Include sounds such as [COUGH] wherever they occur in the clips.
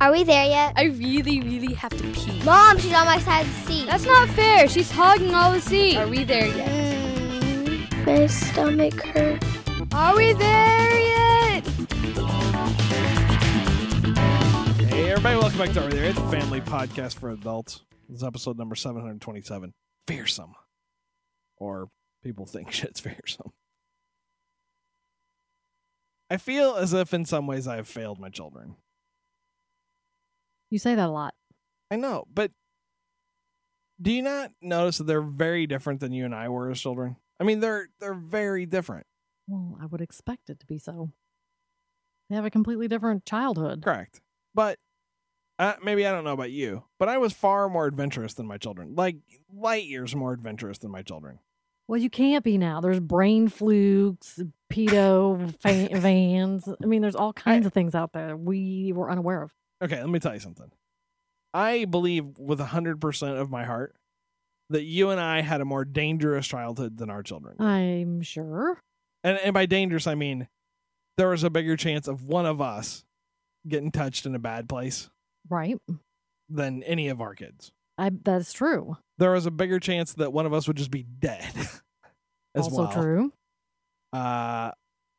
Are we there yet? I really, really have to pee. Mom, she's on my side of the seat. That's not fair. She's hogging all the seat. Are we there yet? Mm, my stomach hurts. Are we there yet? Hey, everybody, welcome back to Over There. It's a family podcast for adults. This is episode number 727. Fearsome. Or people think [LAUGHS] shit's fearsome. I feel as if in some ways I have failed my children. You say that a lot. I know, but do you not notice that they're very different than you and I were as children? I mean, they're they're very different. Well, I would expect it to be so. They have a completely different childhood. Correct. But uh, maybe I don't know about you, but I was far more adventurous than my children. Like light years more adventurous than my children. Well, you can't be now. There's brain flukes, [LAUGHS] pedo fa- vans. I mean, there's all kinds of things out there we were unaware of. Okay, let me tell you something. I believe with 100% of my heart that you and I had a more dangerous childhood than our children. I'm sure. And, and by dangerous, I mean there was a bigger chance of one of us getting touched in a bad place Right. than any of our kids. I, that's true. There was a bigger chance that one of us would just be dead. [LAUGHS] as also well. true. Uh,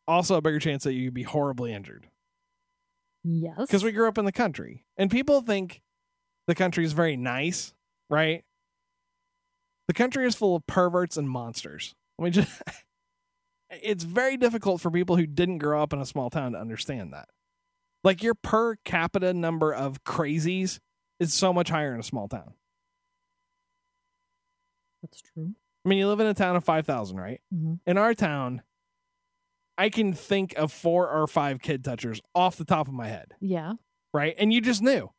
also, a bigger chance that you'd be horribly injured. Yes. because we grew up in the country and people think the country is very nice right the country is full of perverts and monsters let me [LAUGHS] just it's very difficult for people who didn't grow up in a small town to understand that like your per capita number of crazies is so much higher in a small town That's true. i mean you live in a town of 5000 right hmm in our town i can think of four or five kid touchers off the top of my head Yeah. right? And you just knew,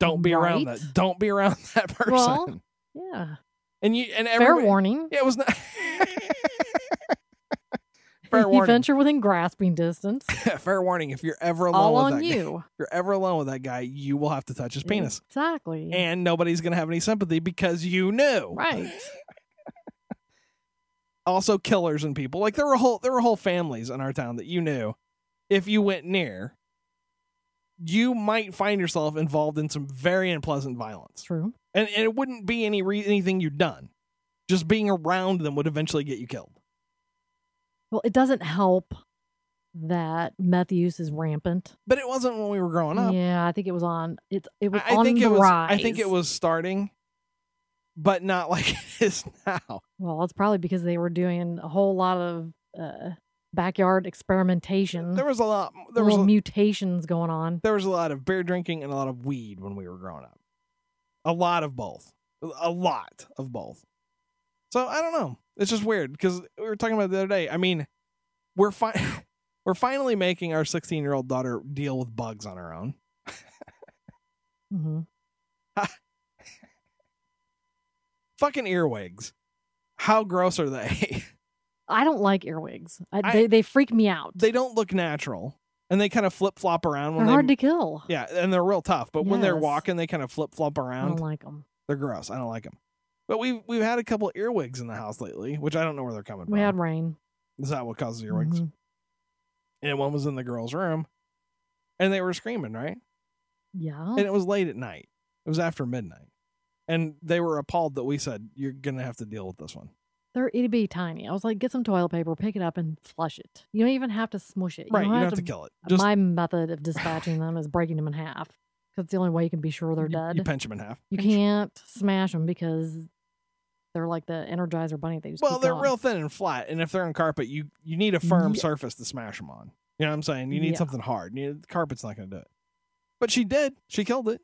don't be around Right. that. Don't be around [LAUGHS] that person. Well, Yeah. and you and Fair everyone. warning. It was not. [LAUGHS] fair [LAUGHS] you warning. venture within grasping distance. [LAUGHS] fair warning. If you're ever alone all with on that guy, you. if you're ever alone with that guy, you will have to touch his penis, Exactly. and nobody's gonna have any sympathy because you knew. right. Also, killers and people like there were whole there were whole families in our town that you knew if you went near. You might find yourself involved in some very unpleasant violence. True. and, and it wouldn't be any re- anything you'd done. Just being around them would eventually get you killed. Well, it doesn't help that meth use is rampant. But it wasn't when we were growing up. Yeah, I think it was on. It's it was I, I on think the it was. rise. I think it was starting, but not like [LAUGHS] it is now. Well, that's probably because they were doing a whole lot of uh, backyard experimentation, There was a lot. There was little a, mutations going on. there was a lot of beer drinking and a lot of weed when we were growing up. A lot of both. A lot of both. So I don't know. It's just weird because we were talking about it the other day. I mean, we're fi- [LAUGHS] we're finally making our 16 year old daughter deal with bugs on her own. hmm fucking earwigs. How gross are they? [LAUGHS] I don't like earwigs. I, I- they they freak me out. they don't look natural, and they kind of flip flop around They're when hard they. to kill. yeah, and they're real tough, but when they're Yes. walking, they kind of flip flop I don't around. like them. they're gross. I don't like them. But we've we've had a couple earwigs in the house lately, which I don't know where they're coming We had from. rain. Is that what causes earwigs? Mhm. And one was in the girls' room, and they were screaming right, Yeah. and it was late at night. It was after midnight, and they were appalled that we said you're gonna have to deal with this one. They're itty bitty tiny. I was like, get some toilet paper, pick it up, and flush it. You don't even have to smush it. right, you don't don't have to kill it. Just my method of dispatching them is breaking them in half because it's the only way you can be sure they're you- dead. You You, pinch them in half. can't smash them because they're like the Energizer Bunny. They just Well, keep they're going. real thin and flat, and if they're on carpet, you you need a firm Yeah. surface to smash them on. You know what I'm saying? You need Yeah. something hard. You carpet's not going to do it. But she did. She killed it.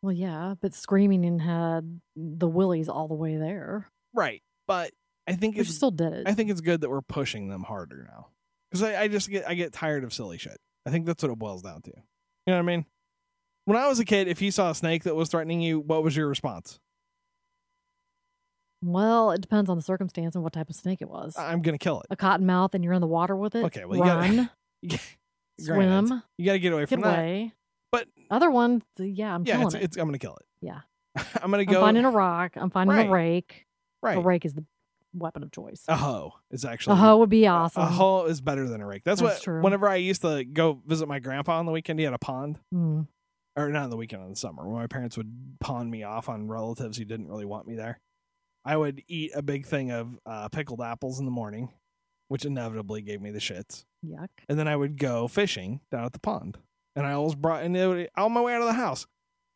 Well, yeah, but screaming and had the willies all the way there. Right. But I think But it's she still did it. I think it's good that we're pushing them harder now because I, I just get I get tired of silly shit. I think that's what it boils down to. You know what I mean? When I was a kid, if you saw a snake that was threatening you, what was your response? well, it depends on the circumstance and what type of snake it was. I'm going to kill it. a cottonmouth, and you're in the water with it. Okay, well, you gotta- [LAUGHS] run, Granted, swim, You got to get away get from that. away. But Other one, yeah, I'm yeah, killing it's, it. it's [LAUGHS] I'm going to kill it. Yeah. I'm going to I'm go finding a rock. I'm finding Right. a rake. right. A rake is the weapon of choice. A hoe is actually A hoe Oh, would be awesome. A hoe is better than a rake. That's, That's what. true. Whenever I used to go visit my grandpa on the weekend, he had a pond, Mm. or not on the weekend, on the summer. When my parents would pawn me off on relatives who didn't really want me there, I would eat a big thing of uh, pickled apples in the morning, which inevitably gave me the shits. Yuck. and then I would go fishing down at the pond. And I always brought, and it would, on my way out of the house,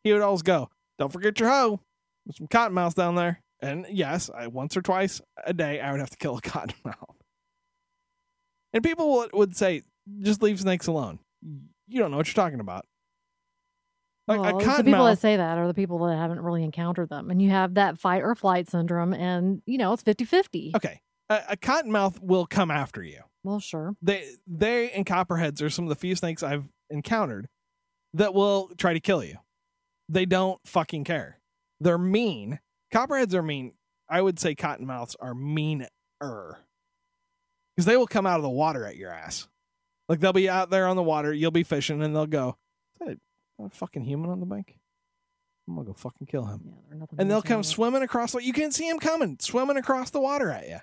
he would always go, "Don't forget your hoe." There's some cottonmouths down there, and yes, I once or twice a day I would have to kill a [LAUGHS] cottonmouth. And people would, would say, "Just leave snakes alone. You don't know what you're talking about." Like Well, a it's the people that cottonmouth. say that are the people that haven't really encountered them. And you have that fight or flight syndrome, and, you know, it's 50 50. Okay, a, a cottonmouth will come after you. Well, sure. They they and copperheads are some of the few snakes I've encountered that will try to kill you. They don't fucking care. They're mean. Copperheads are mean. I would say cottonmouths are meaner. Because they will come out of the water at your ass. Like they'll be out there on the water, you'll be fishing, and they'll go, Is that a, a fucking human on the bank? I'm gonna go fucking kill him Yeah, they're nothing and they'll else come about it. swimming across the you can see them coming swimming across the water at you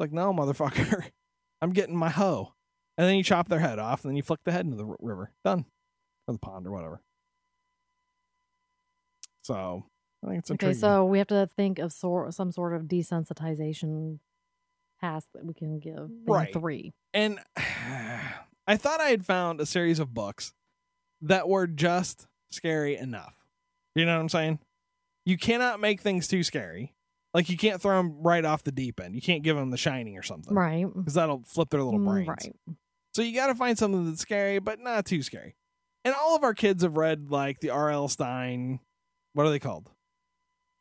like no motherfucker [LAUGHS] i'm getting my hoe and then you chop their head off and then you flick the head into the r- river done or the pond or whatever so i think it's Okay, intriguing. so we have to think of sort some sort of desensitization task that we can give thing Right. three. and [SIGHS] i thought i had found a series of books that were just scary enough you know what i'm saying you cannot make things too scary like you can't throw them right off the deep end you can't give them the shining or something Right. because that'll flip their little Mm, brains. Right. So you got to find something that's scary, but not too scary. And all of our kids have read like the R.L. Stein, what are they called?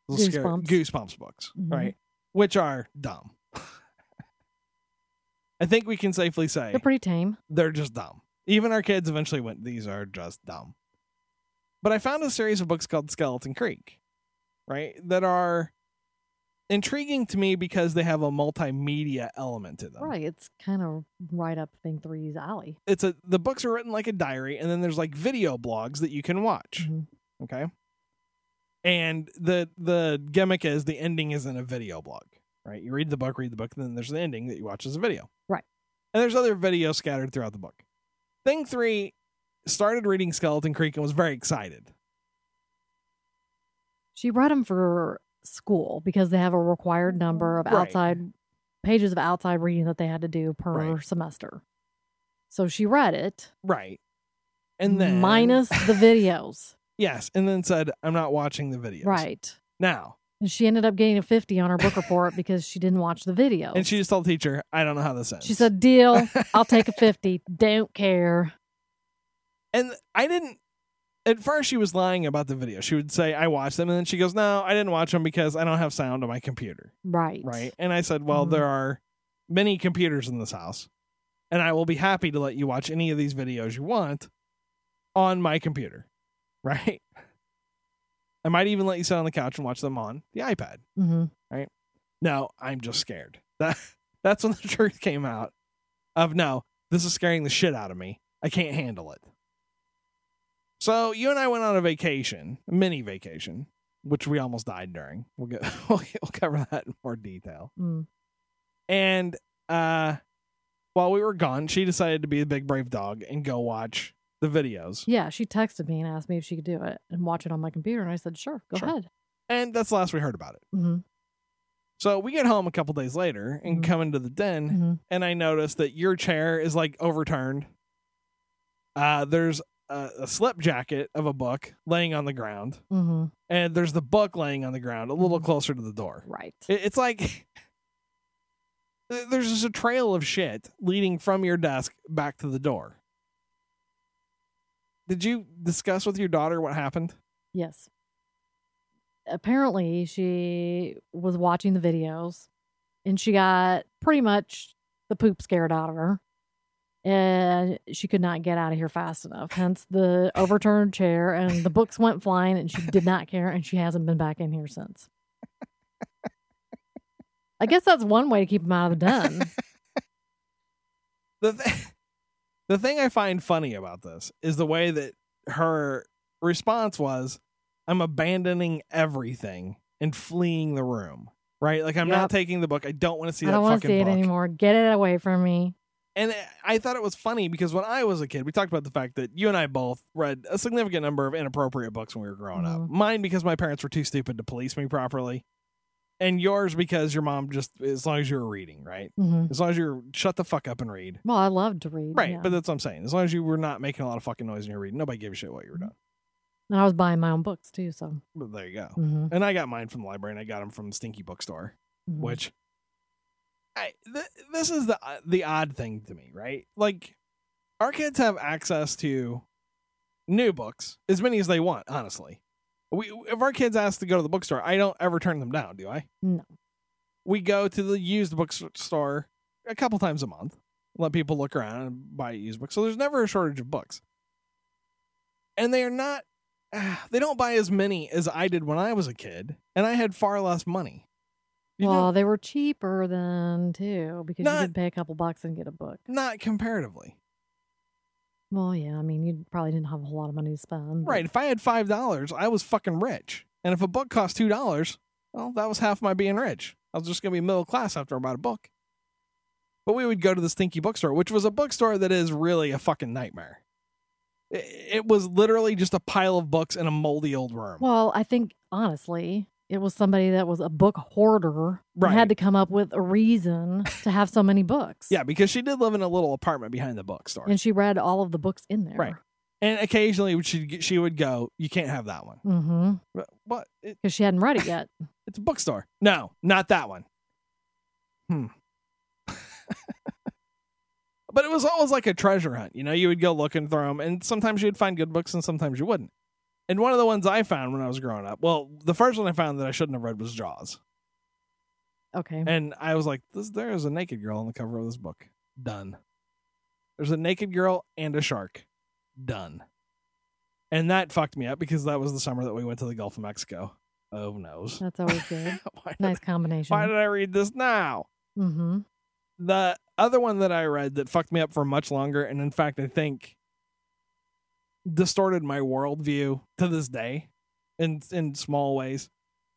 Little scary- Goosebumps. Goosebumps books, Mhm. right? Which are dumb. [LAUGHS] I think we can safely say They're pretty tame. they're just dumb. Even our kids eventually went, these are just dumb. But I found a series of books called Skeleton Creek, right? That are intriguing to me because they have a multimedia element to them. Right. It's kind of right up thing three's alley. it's a the books are written like a diary and then there's like video blogs that you can watch Mhm. okay and the the gimmick is the ending is in a video blog right you read the book read the book and then there's an ending that you watch as a video Right. and there's other videos scattered throughout the book thing three started reading skeleton creek and was very excited She read them for school because they have a required number of Mm-hmm. Right. outside pages of outside reading that they had to do per Right. semester. So she read it right and then minus the videos. [LAUGHS] yes and then said i'm not watching the videos Right. now And she ended up getting a 50 on her book report because she didn't watch the videos. and she just told the teacher i don't know how this ends Oh. She [LAUGHS] said, "Deal. I'll take a 50. Don't care." And I didn't. At first, she was lying about the video. She would say, I watched them. And then she goes, No, I didn't watch them because I don't have sound on my computer. Right. Right. And I said, Well, Mhm. there are many computers in this house. And I will be happy to let you watch any of these videos you want on my computer. [LAUGHS] Right. I might even let you sit on the couch and watch them on the iPad. hmm No, I'm just Mm-hmm. scared. That [LAUGHS] that's when the truth came out of no, this is scaring the shit out of me. I can't handle it. So you and I went on a vacation, a mini vacation, which we almost died during. We'll get [LAUGHS] we'll, we'll cover that in more detail. Mm. And uh while we were gone, she decided to be a big brave dog and go watch the videos. Yeah. She texted me and asked me if she could do it and watch it on my computer, and I said, "Sure, go Sure. ahead." And that's the last we heard about it. hmm So we get home a couple days later and Mhm. come into the den hmm and I noticed that your chair is like overturned. Uh, there's a, a slip jacket of a book laying on the ground, hmm and there's the book laying on the ground a little closer to the door. Right. It, it's like [LAUGHS] there's just a trail of shit leading from your desk back to the door. Did you discuss with your daughter what happened? Yes. Apparently, she was watching the videos and she got pretty much the poop scared out of her. And she could not get out of here fast enough. Hence [LAUGHS] the overturned chair and the books went flying and she did not care and she hasn't been back in here since. I guess that's one way to keep them out of [LAUGHS] the den. the th- [LAUGHS] the thing I find funny about this is the way that her response was, "I'm abandoning everything and fleeing the room." right? Like I'm Yep. not taking the book. I don't want to see I that don't want to fucking see it book. anymore. Get it away from me. And I thought it was funny because when I was a kid, we talked about the fact that you and I both read a significant number of inappropriate books when we were growing up. Mhm. Mine because my parents were too stupid to police me properly, and yours because your mom just as long as you were reading, right? hmm As long as you're shut the fuck up and read. Well, I love to read. Right, yeah. but that's what I'm saying. As long as you were not making a lot of fucking noise in your reading, nobody gave a shit what you were doing. and I was buying my own books too. So, But there you go. Mhm, And I got mine from the library, and I got them from Stinky Bookstore. mhm. which I, th- this is the uh, the odd thing to me, right? Like our kids have access to new books as many as they want, honestly. We if our kids ask to go to the bookstore, I don't ever turn them down, do I? No. We go to the used bookstore a couple times a month. Let people look around and buy used books. So there's never a shortage of books. And they are not [SIGHS] they don't buy as many as I did when I was a kid, and I had far less money. You know- well, they were cheaper then too because Not- you could pay a couple bucks and get a book. not comparatively Well, yeah, I mean, you probably didn't have a whole lot of money to spend. but- right if i had five dollars i was fucking rich and if a book cost two dollars well that was half my being rich i was just gonna be middle class after i bought a book but we would go to the stinky bookstore which was a bookstore that is really a fucking nightmare it, it was literally just a pile of books and a moldy old room Well, I think honestly, it was somebody that was a book hoarder and Right. had to come up with a reason to have so many books. yeah because she did live in a little apartment behind the bookstore And she read all of the books in there. Right. and occasionally she she would go you can't have that one Mm-hmm. but, but it, Because she hadn't read it yet. it's a bookstore no not that one hmm [LAUGHS] but it was always like a treasure hunt you know you would go looking through them and sometimes you'd find good books and sometimes you wouldn't and one of the ones i found when i was growing up well the first one i found that i shouldn't have read was jaws Okay. and i was like this, there is a naked girl on the cover of this book done there's a naked girl and a shark done and that fucked me up because that was the summer that we went to the gulf of mexico oh noes That's always good. [LAUGHS] Why did nice combination. why did I read this now? mm-hmm. The other one that I read that fucked me up for much longer, and in fact, I think distorted my worldview to this day in in small ways,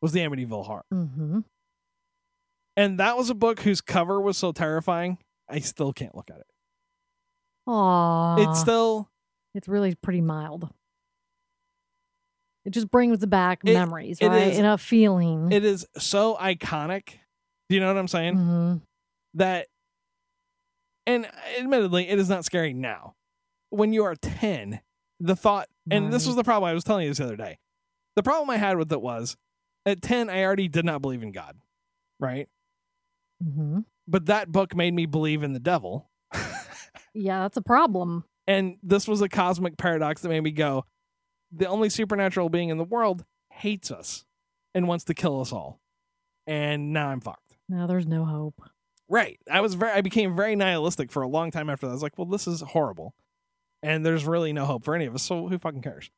was the Amityville Horror. Mm-hmm. And that was a book whose cover was so terrifying, I still can't look at it. Aww. It's still it's really pretty mild. It just brings back It- memories, it right? is- and a feeling. it is so iconic. Do you know what I'm saying? hmm that and admittedly it is not scary now when you are 10 the thought and this Right. was the problem i was telling you this the other day the problem i had with it was at 10 i already did not believe in god right hmm but that book made me believe in the devil [LAUGHS] Yeah, that's a problem. and this was a cosmic paradox that made me go the only supernatural being in the world hates us and wants to kill us all and now i'm fucked Now there's no hope. Right. I was very I became very nihilistic for a long time after that. I was like, well, this is horrible. And there's really no hope for any of us, so who fucking cares?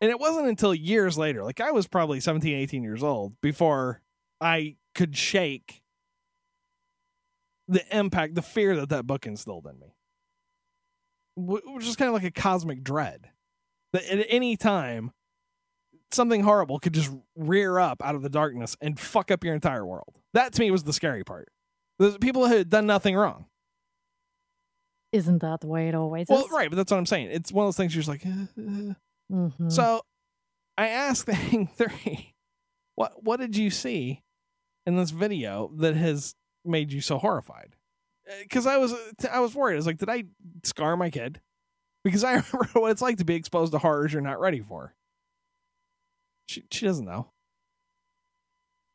And it wasn't until years later, like I was probably 17, 18 years old, before I could shake the impact, the fear that that book instilled in me. Wh- Which is kind of like a cosmic dread that at any time something horrible could just rear up out of the darkness and fuck up your entire world. That to me was the scary part. The people who had done nothing wrong. Isn't that the way it always Well, is? right, but that's what I'm saying. It's one of those things you're just like. "Uh, uh." hmm So, I asked [LAUGHS] Hang Three, what what did you see in this video that has made you so horrified? Because I was I was worried. I was like, did I scar my kid? Because I [LAUGHS] remember what it's like to be exposed to horrors you're not ready for. She she doesn't know.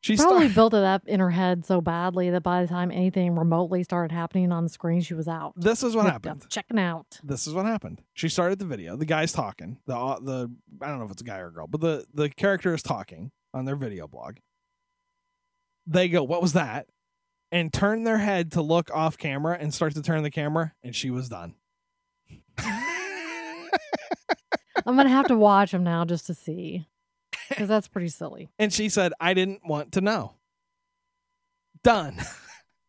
She probably started- built it up in her head so badly that by the time anything remotely started happening on the screen, she was out. This [LAUGHS] is what Like, happened. I'm Checking out. This is what happened. She started the video. The guy's talking. The au- the I don't know if it's a guy or a girl, but the the character is talking on their video blog. They go, "What was that?" and turn their head to look off camera and start to turn the camera, and she was done. [LAUGHS] I'm gonna have to watch them now just to see, because that's pretty silly. [LAUGHS] and she said, "I didn't want to know." Done.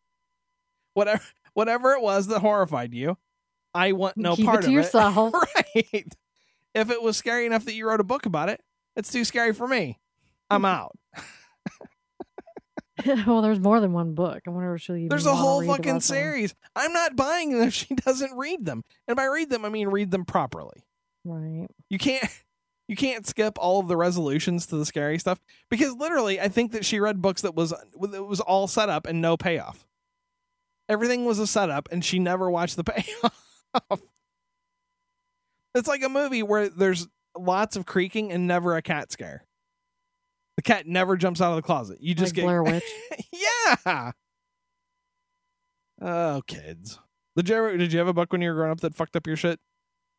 [LAUGHS] whatever whatever it was that horrified you, I want no Keep part it of to [LAUGHS] yourself. right. If it was scary enough that you wrote a book about it, it's too scary for me. I'm out. well, there's more than one book. I wonder if she'll even There's a wanna whole read the fucking rest of them. series. I'm not buying them if she [LAUGHS] doesn't read them. And by read them, I mean read them properly. Right. You can't [LAUGHS] you can't skip all of the resolutions to the scary stuff because literally, I think that she read books that was that was all set up and no payoff. Everything was a setup, and she never watched the [LAUGHS] payoff. it's like a movie where there's lots of creaking and never a cat scare. The cat never jumps out of the closet. You just like get [LAUGHS] Blair Witch. yeah. Oh, kids. Did you ever, did you have a book when you were growing up that fucked up your shit?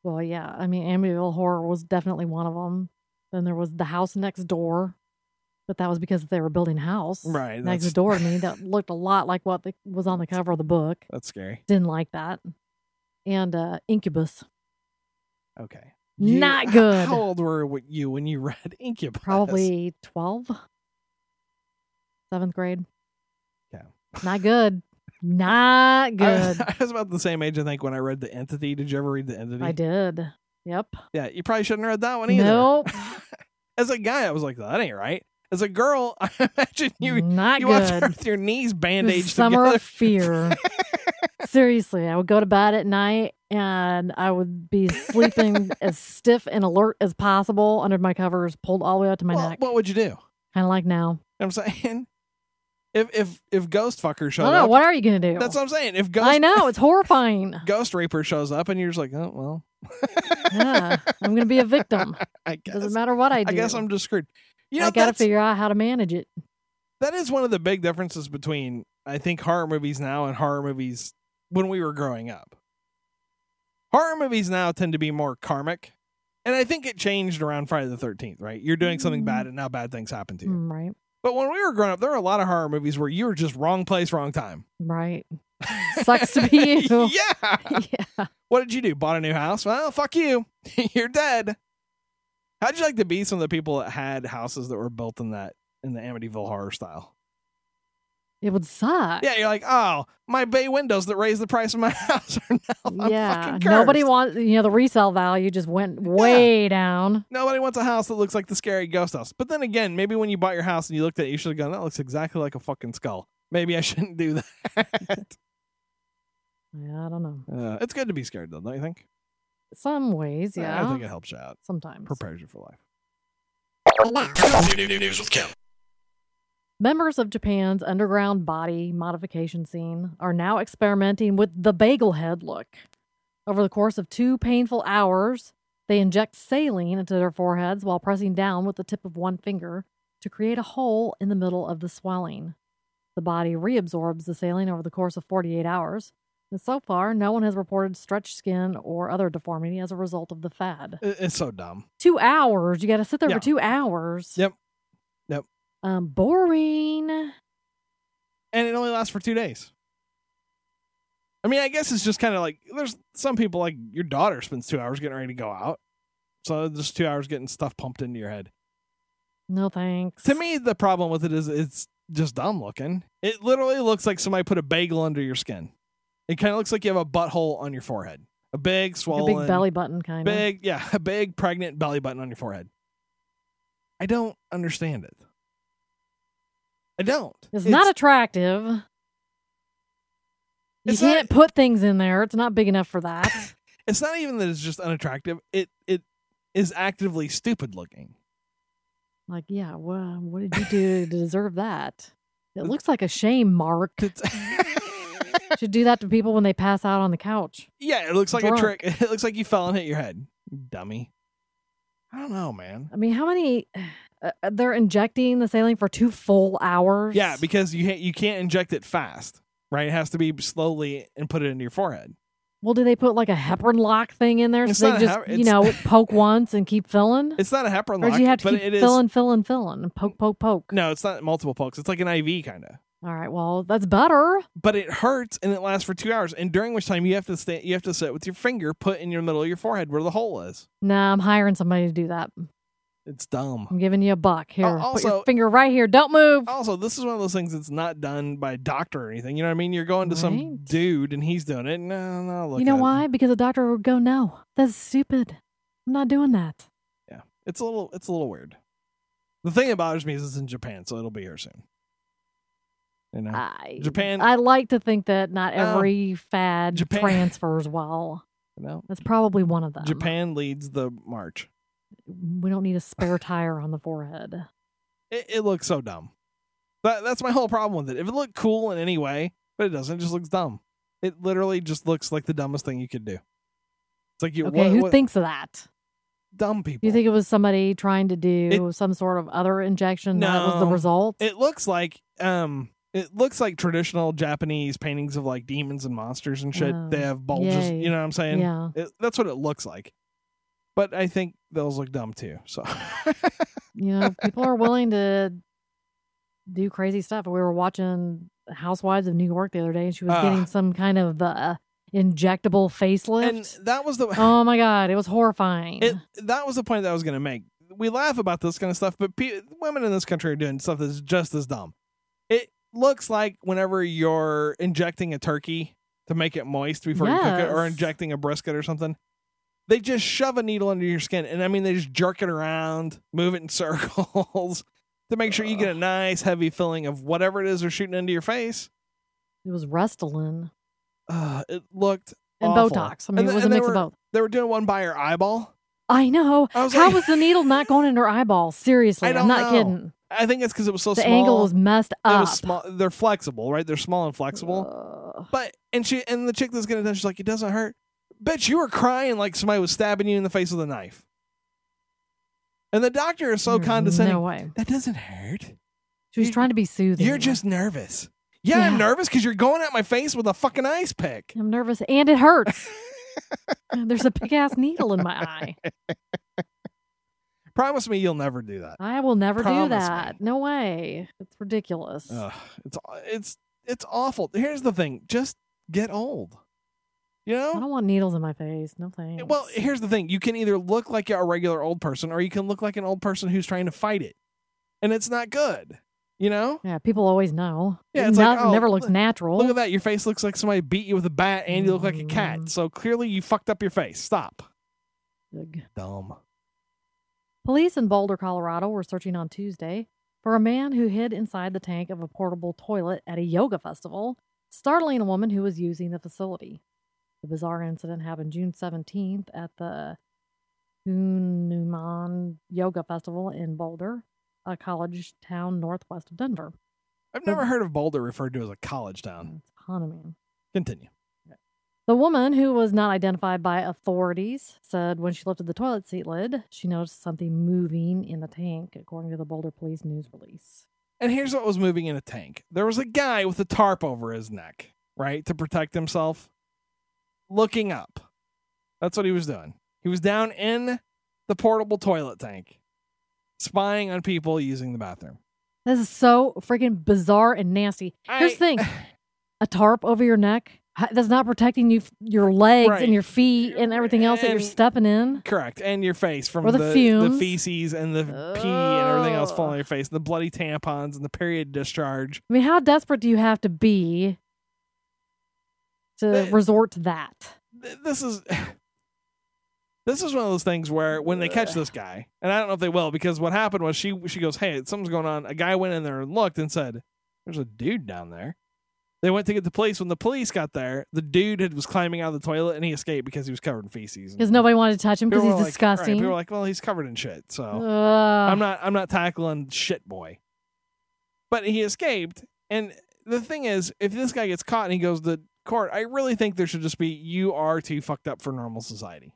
Well, yeah. I mean, Amityville Horror was definitely one of them. Then there was The House Next Door, but that was because they were building a house Right, next that's- door [LAUGHS] to me that looked a lot like what the, was on the cover of the book. That's scary. Didn't like that. And uh, Incubus, Okay. You- Not h- good. How old were w- you when you [LAUGHS] read Incubus? probably 12, seventh grade. Yeah. Not good. Not [LAUGHS] [LAUGHS] I was- good. I was about the same age, I think, when I read The Entity. Did you ever read The Entity? [LAUGHS] I did. Yep. Yeah, you probably shouldn't have read that one either. Nope. [LAUGHS] As a guy, I was like, that ain't right. As a girl, [LAUGHS] I imagine you Not you watched her good. with your knees It band was aged summer together. [LAUGHS] of fear. Seriously, I would go to bed at night and I would [LAUGHS] be sleeping as stiff and alert as possible under my covers, pulled all the way up to my Well, neck, what would you do? kind of like now. I'm saying, if if if Ghost Fucker showed I don't know. up, What are you gonna do? that's what I'm saying. If Ghost [LAUGHS] I know it's horrifying. Ghost Reaper shows up, and you're just like, oh well. yeah, I'm gonna be a victim. [LAUGHS] I guess. Doesn't matter what I do. I guess I'm just screwed. You know, I gotta that's- figure out how to manage it. that is one of the big differences between I think horror movies now and horror movies when we were growing up. Horror movies now tend to be more karmic, and I think it changed around Friday the Thirteenth. Right, you're doing something Mm. bad, and now bad things happen to you. Mm, right, But when we were growing up, there were a lot of horror movies where you were just wrong place, wrong time. right. [LAUGHS] Sucks to be [LAUGHS] you. yeah. yeah. What did you do? Bought a new house? Well, fuck you. [LAUGHS] You're dead. How'd you like to be some of the people that had houses that were built in that in the Amityville horror style? It would suck. Yeah, you're like, oh, my bay windows that raised the price of my [LAUGHS] house are now. I'm Yeah. fucking cursed. Nobody wants. You know, the resale value just went way down. Nobody wants a house that looks like the scary ghost house. But then again, maybe when you bought your house and you looked at it, you should have gone, that looks exactly like a fucking skull. Maybe I [LAUGHS] shouldn't do [LAUGHS] that. Yeah, I don't know. uh, it's good to be scared though, don't you think? Some ways, yeah. I think it helps you out. Sometimes. Prepares you for life. Members of Japan's underground body modification scene are now experimenting with the bagel head look. Over the course of two painful hours, they inject saline into their foreheads while pressing down with the tip of one finger to create a hole in the middle of the swelling. The body reabsorbs the saline over the course of 48 hours, and so far, no one has reported stretched skin or other deformity as a result of the fad. It- It's so dumb. two hours. You got to sit there Yeah. for two hours. Yep. Yep. Um, boring. and it only lasts for two days. I mean, I guess it's just kind of like there's some people like your daughter spends two hours getting ready to go out, so it's just two hours getting stuff pumped into your head. No thanks. To me, the problem with it is it's just dumb looking. It literally looks like somebody put a bagel under your skin. It kind of looks like you have a butthole on your forehead, a big Like a swollen, big belly button kind of. big yeah, a big pregnant belly button on your forehead. I don't understand it. I don't. It's, not attractive. You It's not- can't put things in there. It's not big enough [LAUGHS] for that. it's not even that it's just unattractive. It it is actively stupid looking. like, yeah, well, what did you do to deserve that? It looks like a shame mark. It's [LAUGHS] Should do that to people when they pass out on the couch. yeah, it looks like a Drunk. trick. [LAUGHS] It looks like you fell and hit your head, dummy. I don't know, man. I mean, how many? Uh, uh, they're injecting the saline for two full hours. Yeah, because you ha- you can't inject it fast, right? It has to be slowly and put it into your forehead. well, do they put like a heparin lock thing in there It's so not they a just hep- you it's- [LAUGHS] know poke once and keep filling, It's not a heparin or lock, do you have to but keep it is. filling, filling, filling, and poke, poke, poke? No, it's not multiple pokes. It's like an IV kind of. All right, well, that's better. But it hurts and it lasts for two hours, and during which time you have to stay, you have to sit with your finger put in your middle of your forehead where the hole is. Nah, I'm hiring somebody to do that. It's dumb. I'm giving you a buck here. Put your also- finger right here. Don't move. also this is one of those things that's not done by a doctor or anything you know what i mean you're going to some Right. dude and he's doing it no no look you know at it. why? Because the doctor would go, "No, that's stupid. I'm not doing that." it's a little it's a little weird the thing that bothers me is it's in japan so it'll be here soon You know, I, Japan. I like to think that not Um, every fad Japan- [LAUGHS] transfers well. you know, That's probably one of them. Japan leads the march. We don't need a spare tire on the forehead. It, it looks so dumb. That that's my whole problem with it. If it looked cool in any way, but it doesn't, it just looks dumb. It literally just looks like the dumbest thing you could do. It's like you. Okay, what- who what- thinks of that? dumb people? You think it was somebody trying to do some sort of other injection that was the No. result? it looks like um it looks like traditional Japanese paintings of like demons and monsters and shit. Oh, they have bulges, yay. you know what I'm saying? yeah. It, that's what it looks like. But I think those look dumb too. So [LAUGHS] You know, people are willing to do crazy stuff. We were watching Housewives of New York the other day and she was Ah. getting some kind of uh, injectable and facelift. that was the oh my god, it was horrifying. it, that was the point that I was going to make. We laugh about this kind of stuff, but pe- women in this country are doing stuff that's just as dumb. It looks like whenever you're injecting a turkey to make it moist before you cook it, or Yes. injecting a brisket or something, they just shove a needle under your skin, and I mean they just jerk it around, move it in [LAUGHS] circles to make sure you get a nice heavy filling of whatever it is they're shooting into your face. It was Restylane Uh, it looked and awful. Botox. I And mean, it th- was a and they mix were- of both. They were doing one by your eyeball. I know. I was How like- was the needle not going in her eyeball? Seriously, I am don't not know. kidding. I think it's because it was so The small. angle was messed It up. was small. They're flexible, right? They're small and flexible. Ugh. But and she and the chick that's getting it done, she's like, it doesn't hurt. Bitch, you were crying like somebody was stabbing you in the face with a knife. And the doctor is so There's condescending. Mm, No way. That doesn't hurt. She was You- trying to be soothing. You're just nervous. Yeah, I'm Yeah. Mm. nervous because you're going at my face with a fucking ice pick. I'm nervous and it hurts. [LAUGHS] There's a big ass needle in my eye. Promise me you'll never do that. I will never do Promise me. Uh, that. No way. It's ridiculous. Ugh, it's it's it's awful. Here's the thing: just get old. You know, I don't want needles in my face. No thanks. Well, here's the thing: you can either look like a regular old person, or you can look like an old person who's trying to fight it, and it's not good. You know, yeah, people always know. Yeah, It it's like, no- oh, never looks look- natural. look at that. Your face looks like somebody beat you with a bat, and you look like a cat. Mm. So clearly, you fucked up your face. Stop. Ugh. Dumb. Police in Boulder, Colorado were searching on Tuesday for a man who hid inside the tank of a portable toilet at a yoga festival, startling a woman who was using the facility. The bizarre incident happened June 17th at the Hunuman Yoga Festival in Boulder, a college town northwest of Denver. I've never heard of Boulder referred to as a college town. It's Hanuman. Continue. The woman, who was not identified by authorities, said when she lifted the toilet seat lid, she noticed something moving in the tank, according to the Boulder Police news release. And here's what was moving in a tank. There was a guy with a tarp over his neck, right, to protect himself, looking up. That's what he was doing. He was down in the portable toilet tank, spying on people using the bathroom. This is so freaking bizarre and nasty. Here's the thing: a tarp over your neck h- that's not protecting you, f- your legs Right. and your feet and everything else that you're And- stepping in. Correct. And your face from Or the the, fumes. feces and the pee and everything else falling on Ugh. your face, the bloody tampons and the period discharge. I mean, how desperate do you have to be to The- resort to that? th- this is [LAUGHS] this is one of those things where when they catch this guy, and I don't know if they will, because what happened was she she goes, "Hey, something's going on." A guy went in there and looked and said, "There's a dude down there." They went to get the police. When the police got there, the dude had, was climbing out of the toilet and he escaped because he was covered in feces. Because nobody wanted to touch him because People were he's like- right, disgusting. people were like, "Well, he's covered in shit." So Ugh. I'm not I'm not tackling shit boy. But he escaped and the thing is if this guy gets caught and he goes to court, I really think there should just be you are too fucked up for normal society.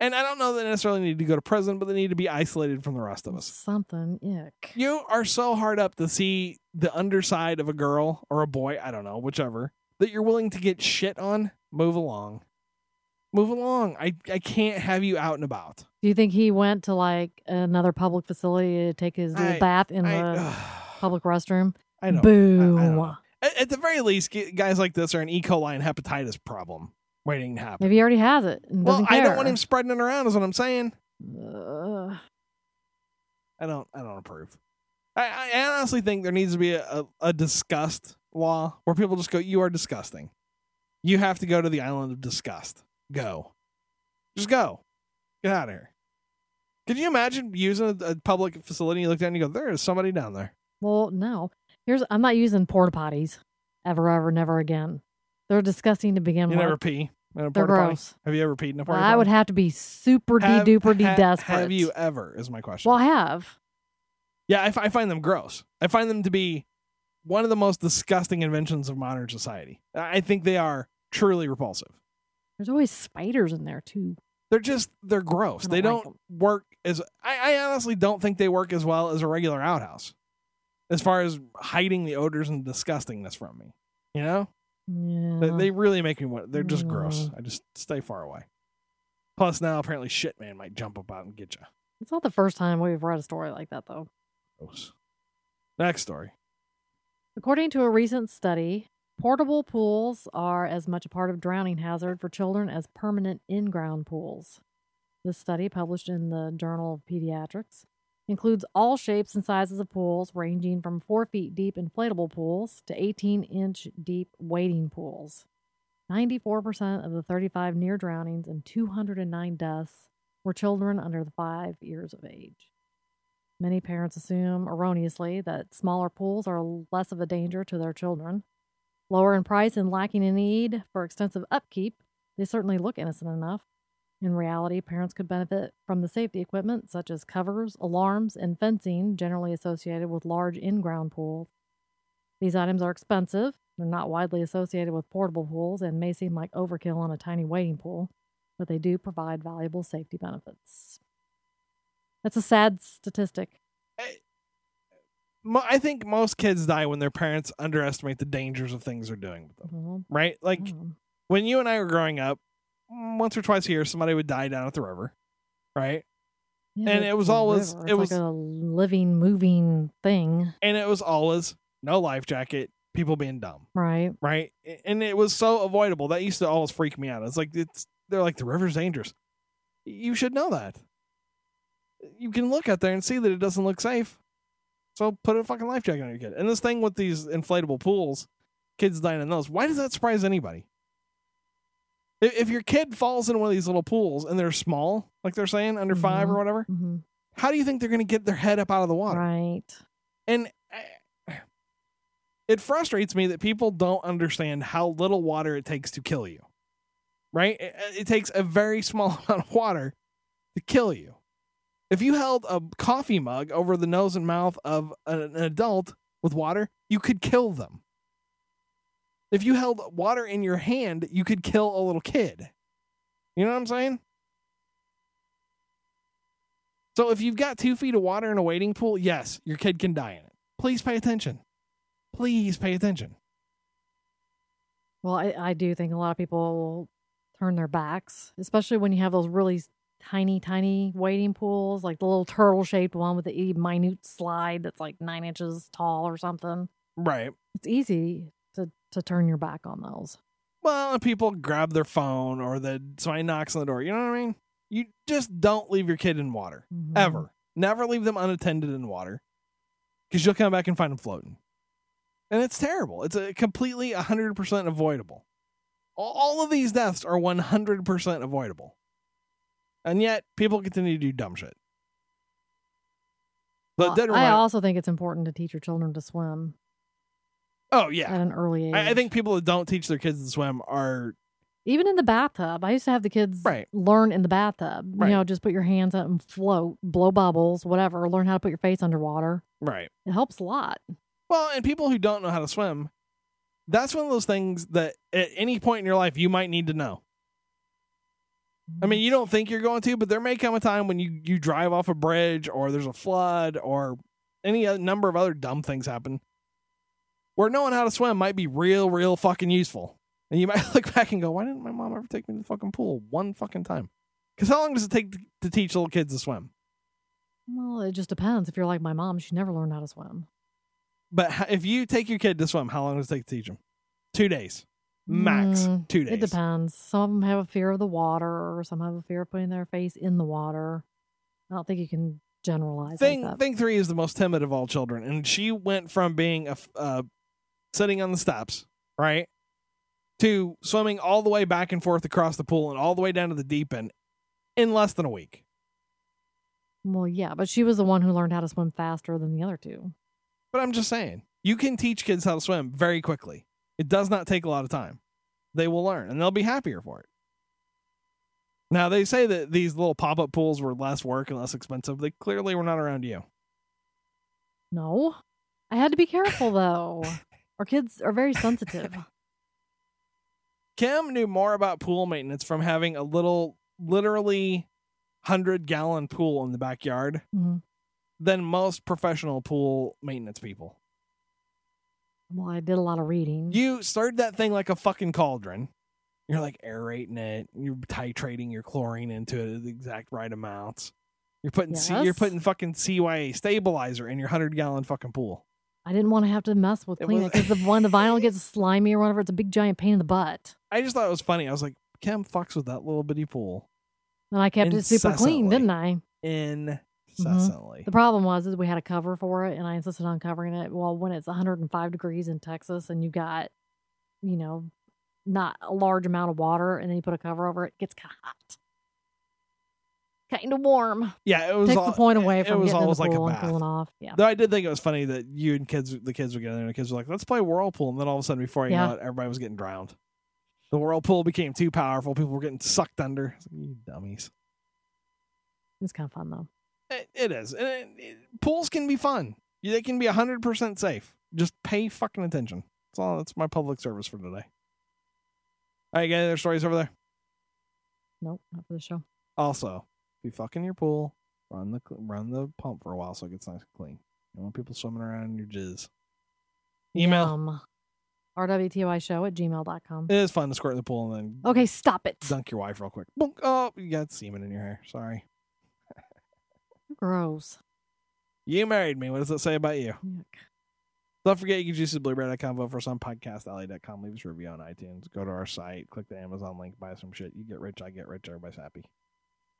And I don't know that they necessarily need to go to prison, but they need to be isolated from the rest of us. Something ick. You are so hard up to see the underside of a girl or a boy, I don't know, whichever, that you're willing to get shit on, move along. Move along. I, I can't have you out and about. Do you think he went to like another public facility to take his little I- bath in I, the public restroom? I know. Boo. I don't know. At, at the very least, gu- guys like this are an E. coli and hepatitis problem waiting to happen. Maybe he already has it. And well, doesn't I care. don't want him spreading it around. Is what I'm saying. Ugh. I don't. I don't approve. I, I honestly think there needs to be a, a, a disgust law where people just go, "You are disgusting. You have to go to the island of disgust. Go, just go. Get out of here." Could you imagine using a, a public facility? You look down and you go, "There is somebody down there." Well, no. Here's I'm not using porta potties ever, ever, never again. They're disgusting to begin You with. never pee in a They're porta potty. gross. Have you ever peed in a Well, porta I would have to be super de Have- duper de ha- desperate. Have you ever? Is my question. Well, I have. yeah, I, fi- I find them gross. I find them to be one of the most disgusting inventions of modern society. I I think they are truly repulsive. There's always spiders in there too. They're just they're gross. I they don't like don't work as I, I honestly don't think they work as well as a regular outhouse, as far as hiding the odors and disgustingness from me. You know. Yeah. They, they really make me want. They're just gross. Mm. I just stay far away. Plus, now apparently, shit man might jump up out and get you. It's not the first time we've read a story like that though. Gross. Next story. According to a recent study, portable pools are as much a part of drowning hazard for children as permanent in ground pools. This study, published in the Journal of Pediatrics, includes all shapes and sizes of pools, ranging from 4 feet deep inflatable pools to 18 inch deep wading pools. 94% of the 35 near drownings and 209 deaths were children under the five years of age. Many parents assume erroneously that smaller pools are less of a danger to their children. Lower in price and lacking in need for extensive upkeep, they certainly look innocent enough. In reality, parents could benefit from the safety equipment such as covers, alarms, and fencing generally associated with large in ground pools. These items are expensive, they're not widely associated with portable pools, and may seem like overkill on a tiny wading pool, but they do provide valuable safety benefits. That's a sad statistic. Mo- I think most kids die when their parents underestimate the dangers of things they're doing with them. Well, Right? Like um, when you and I were growing up, mm, once or twice a year, somebody would die down at the river. Right? Mm-hmm. yeah, and but it it's was a always- river. it It's was- like a living, moving thing, And it was always no life jacket, people being dumb. right? Right? A- And it was so avoidable. That used to always freak me out. It's like it's they're like the river's dangerous. You should know that. You can look out there and see that it doesn't look safe. So put a fucking life jacket on your kid. And this thing with these inflatable pools, kids dying in those. Why does that surprise anybody? If, if your kid falls in one of these little pools and they're small, like they're saying, under five or Mhm. whatever, hmm how do you think they're going to get their head up out of the water? Right. And I- it frustrates me that people don't understand how little water it takes to kill you. Right? It, eh, it takes a very small [LAUGHS] amount of water to kill you. If you held a coffee mug over the nose and mouth of an adult with water, you could kill them. If you held water in your hand, you could kill a little kid. You know what I'm saying? So if you've got two feet of water in a wading pool, yes, your kid can die in it. Please pay attention. Please pay attention. Well, I, I do think a lot of people turn their backs, especially when you have those really s- tiny, tiny wading pools, like the little turtle shaped one with the minute slide that's like nine inches tall or something. Right. It's easy to, to turn your back on those. Well, and people grab their phone or the somebody knocks on the door. You know what I mean? You just don't leave your kid in water Mhm. ever. Never leave them unattended in water because you'll come back and find them floating. And it's terrible. It's a completely 100% avoidable. All- All of these deaths are 100% avoidable. And yet people continue to do dumb shit. But Well, that I remind- also think it's important to teach your children to swim Oh yeah, at an early age. I, I think people that don't teach their kids to swim are even in the bathtub. I used to have the kids Right. learn in the bathtub. Right. You know, just put your hands up and float, blow bubbles, whatever. Learn how to put your face underwater. right. It helps a lot. Well, and people who don't know how to swim, that's one of those things that at any point in your life you might need to know. I mean, you don't think you're going to, but there may come a time when you you drive off a bridge or there's a flood or any other number of other dumb things happen where knowing how to swim might be real, real fucking useful. And you [LAUGHS] might look back and go, why didn't my mom ever take me to the fucking pool one fucking time? Because how long does it take to, to teach little kids to swim? well, it just depends. If you're like my mom, she never learned how to swim. But h- if you take your kid to swim, how long does it take to teach them? Two days, max. Mm, two days. It depends. Some of them have a fear of the water, or some have a fear of putting their face in the water. I don't think you can generalize. Thing like that. thing three is the most timid of all children, and she went from being a f- uh, sitting on the steps, right, to swimming all the way back and forth across the pool and all the way down to the deep end in less than a week. well, yeah, but she was the one who learned how to swim faster than the other two. But I'm just saying, You can teach kids how to swim very quickly. It does not take a lot of time. They will learn and they'll be happier for it. Now, they say that these little pop up pools were less work and less expensive. They clearly were not around you. No. I had to be [LAUGHS] careful though. Our kids are very sensitive. Kim knew more about pool maintenance from having a little, literally 100 gallon pool in the backyard Mhm. than most professional pool maintenance people. Well, I did a lot of reading. You stirred that thing like a fucking cauldron. You're like aerating it. You're titrating your chlorine into it at the exact right amounts. You're putting C- you're Yes. putting fucking CYA stabilizer in your hundred gallon fucking pool. I didn't want to have to mess with It cleaning was- because the one the [LAUGHS] vinyl gets slimy or whatever. It's a big giant pain in the butt. I just thought it was funny. I was like, Kim fucks with that little bitty pool And I kept it super clean, didn't I? Mm-hmm. incessantly. The problem was is we had a cover for it, and I insisted on covering it. Well, when it's 105 degrees in Texas, and you got, you know, not a large amount of water, and then you put a cover over it, it gets kind of hot, kind of warm. Yeah, it was Takes all, the point away it- from it was getting in always the like pool a and cooling bath. off. Yeah, Though I did think it was funny that you and kids, the kids would get in there, and the kids were like, "Let's play whirlpool," and then all of a sudden, before you know Yeah. it, everybody was getting drowned. The whirlpool became too powerful. People were getting sucked under. It's like, you dummies. it's kind of fun though. It, it is. And it- it- pools can be fun. They can be 100% safe. Just pay fucking attention. That's all. That's my public service for today. All right, you got any other stories over there? Nope, not for the show. Also, if you fuck in your pool, run the cl- run the pump for a while so it gets nice and clean. You don't want people swimming around in your jizz. Email. Yum. RWTY show at gmail.com. It is fun to squirt in the pool and then Okay, stop it. dunk your wife real quick. Boonk. Oh, you got semen in your hair. Sorry. Gross. You married me. What does it say about you? Yuck. Don't forget you can juice at blueberry.com, vote for us on podcastalley.com, leave us a review on iTunes, go to our site, click the Amazon link, buy some shit. You get rich, I get rich, everybody's happy.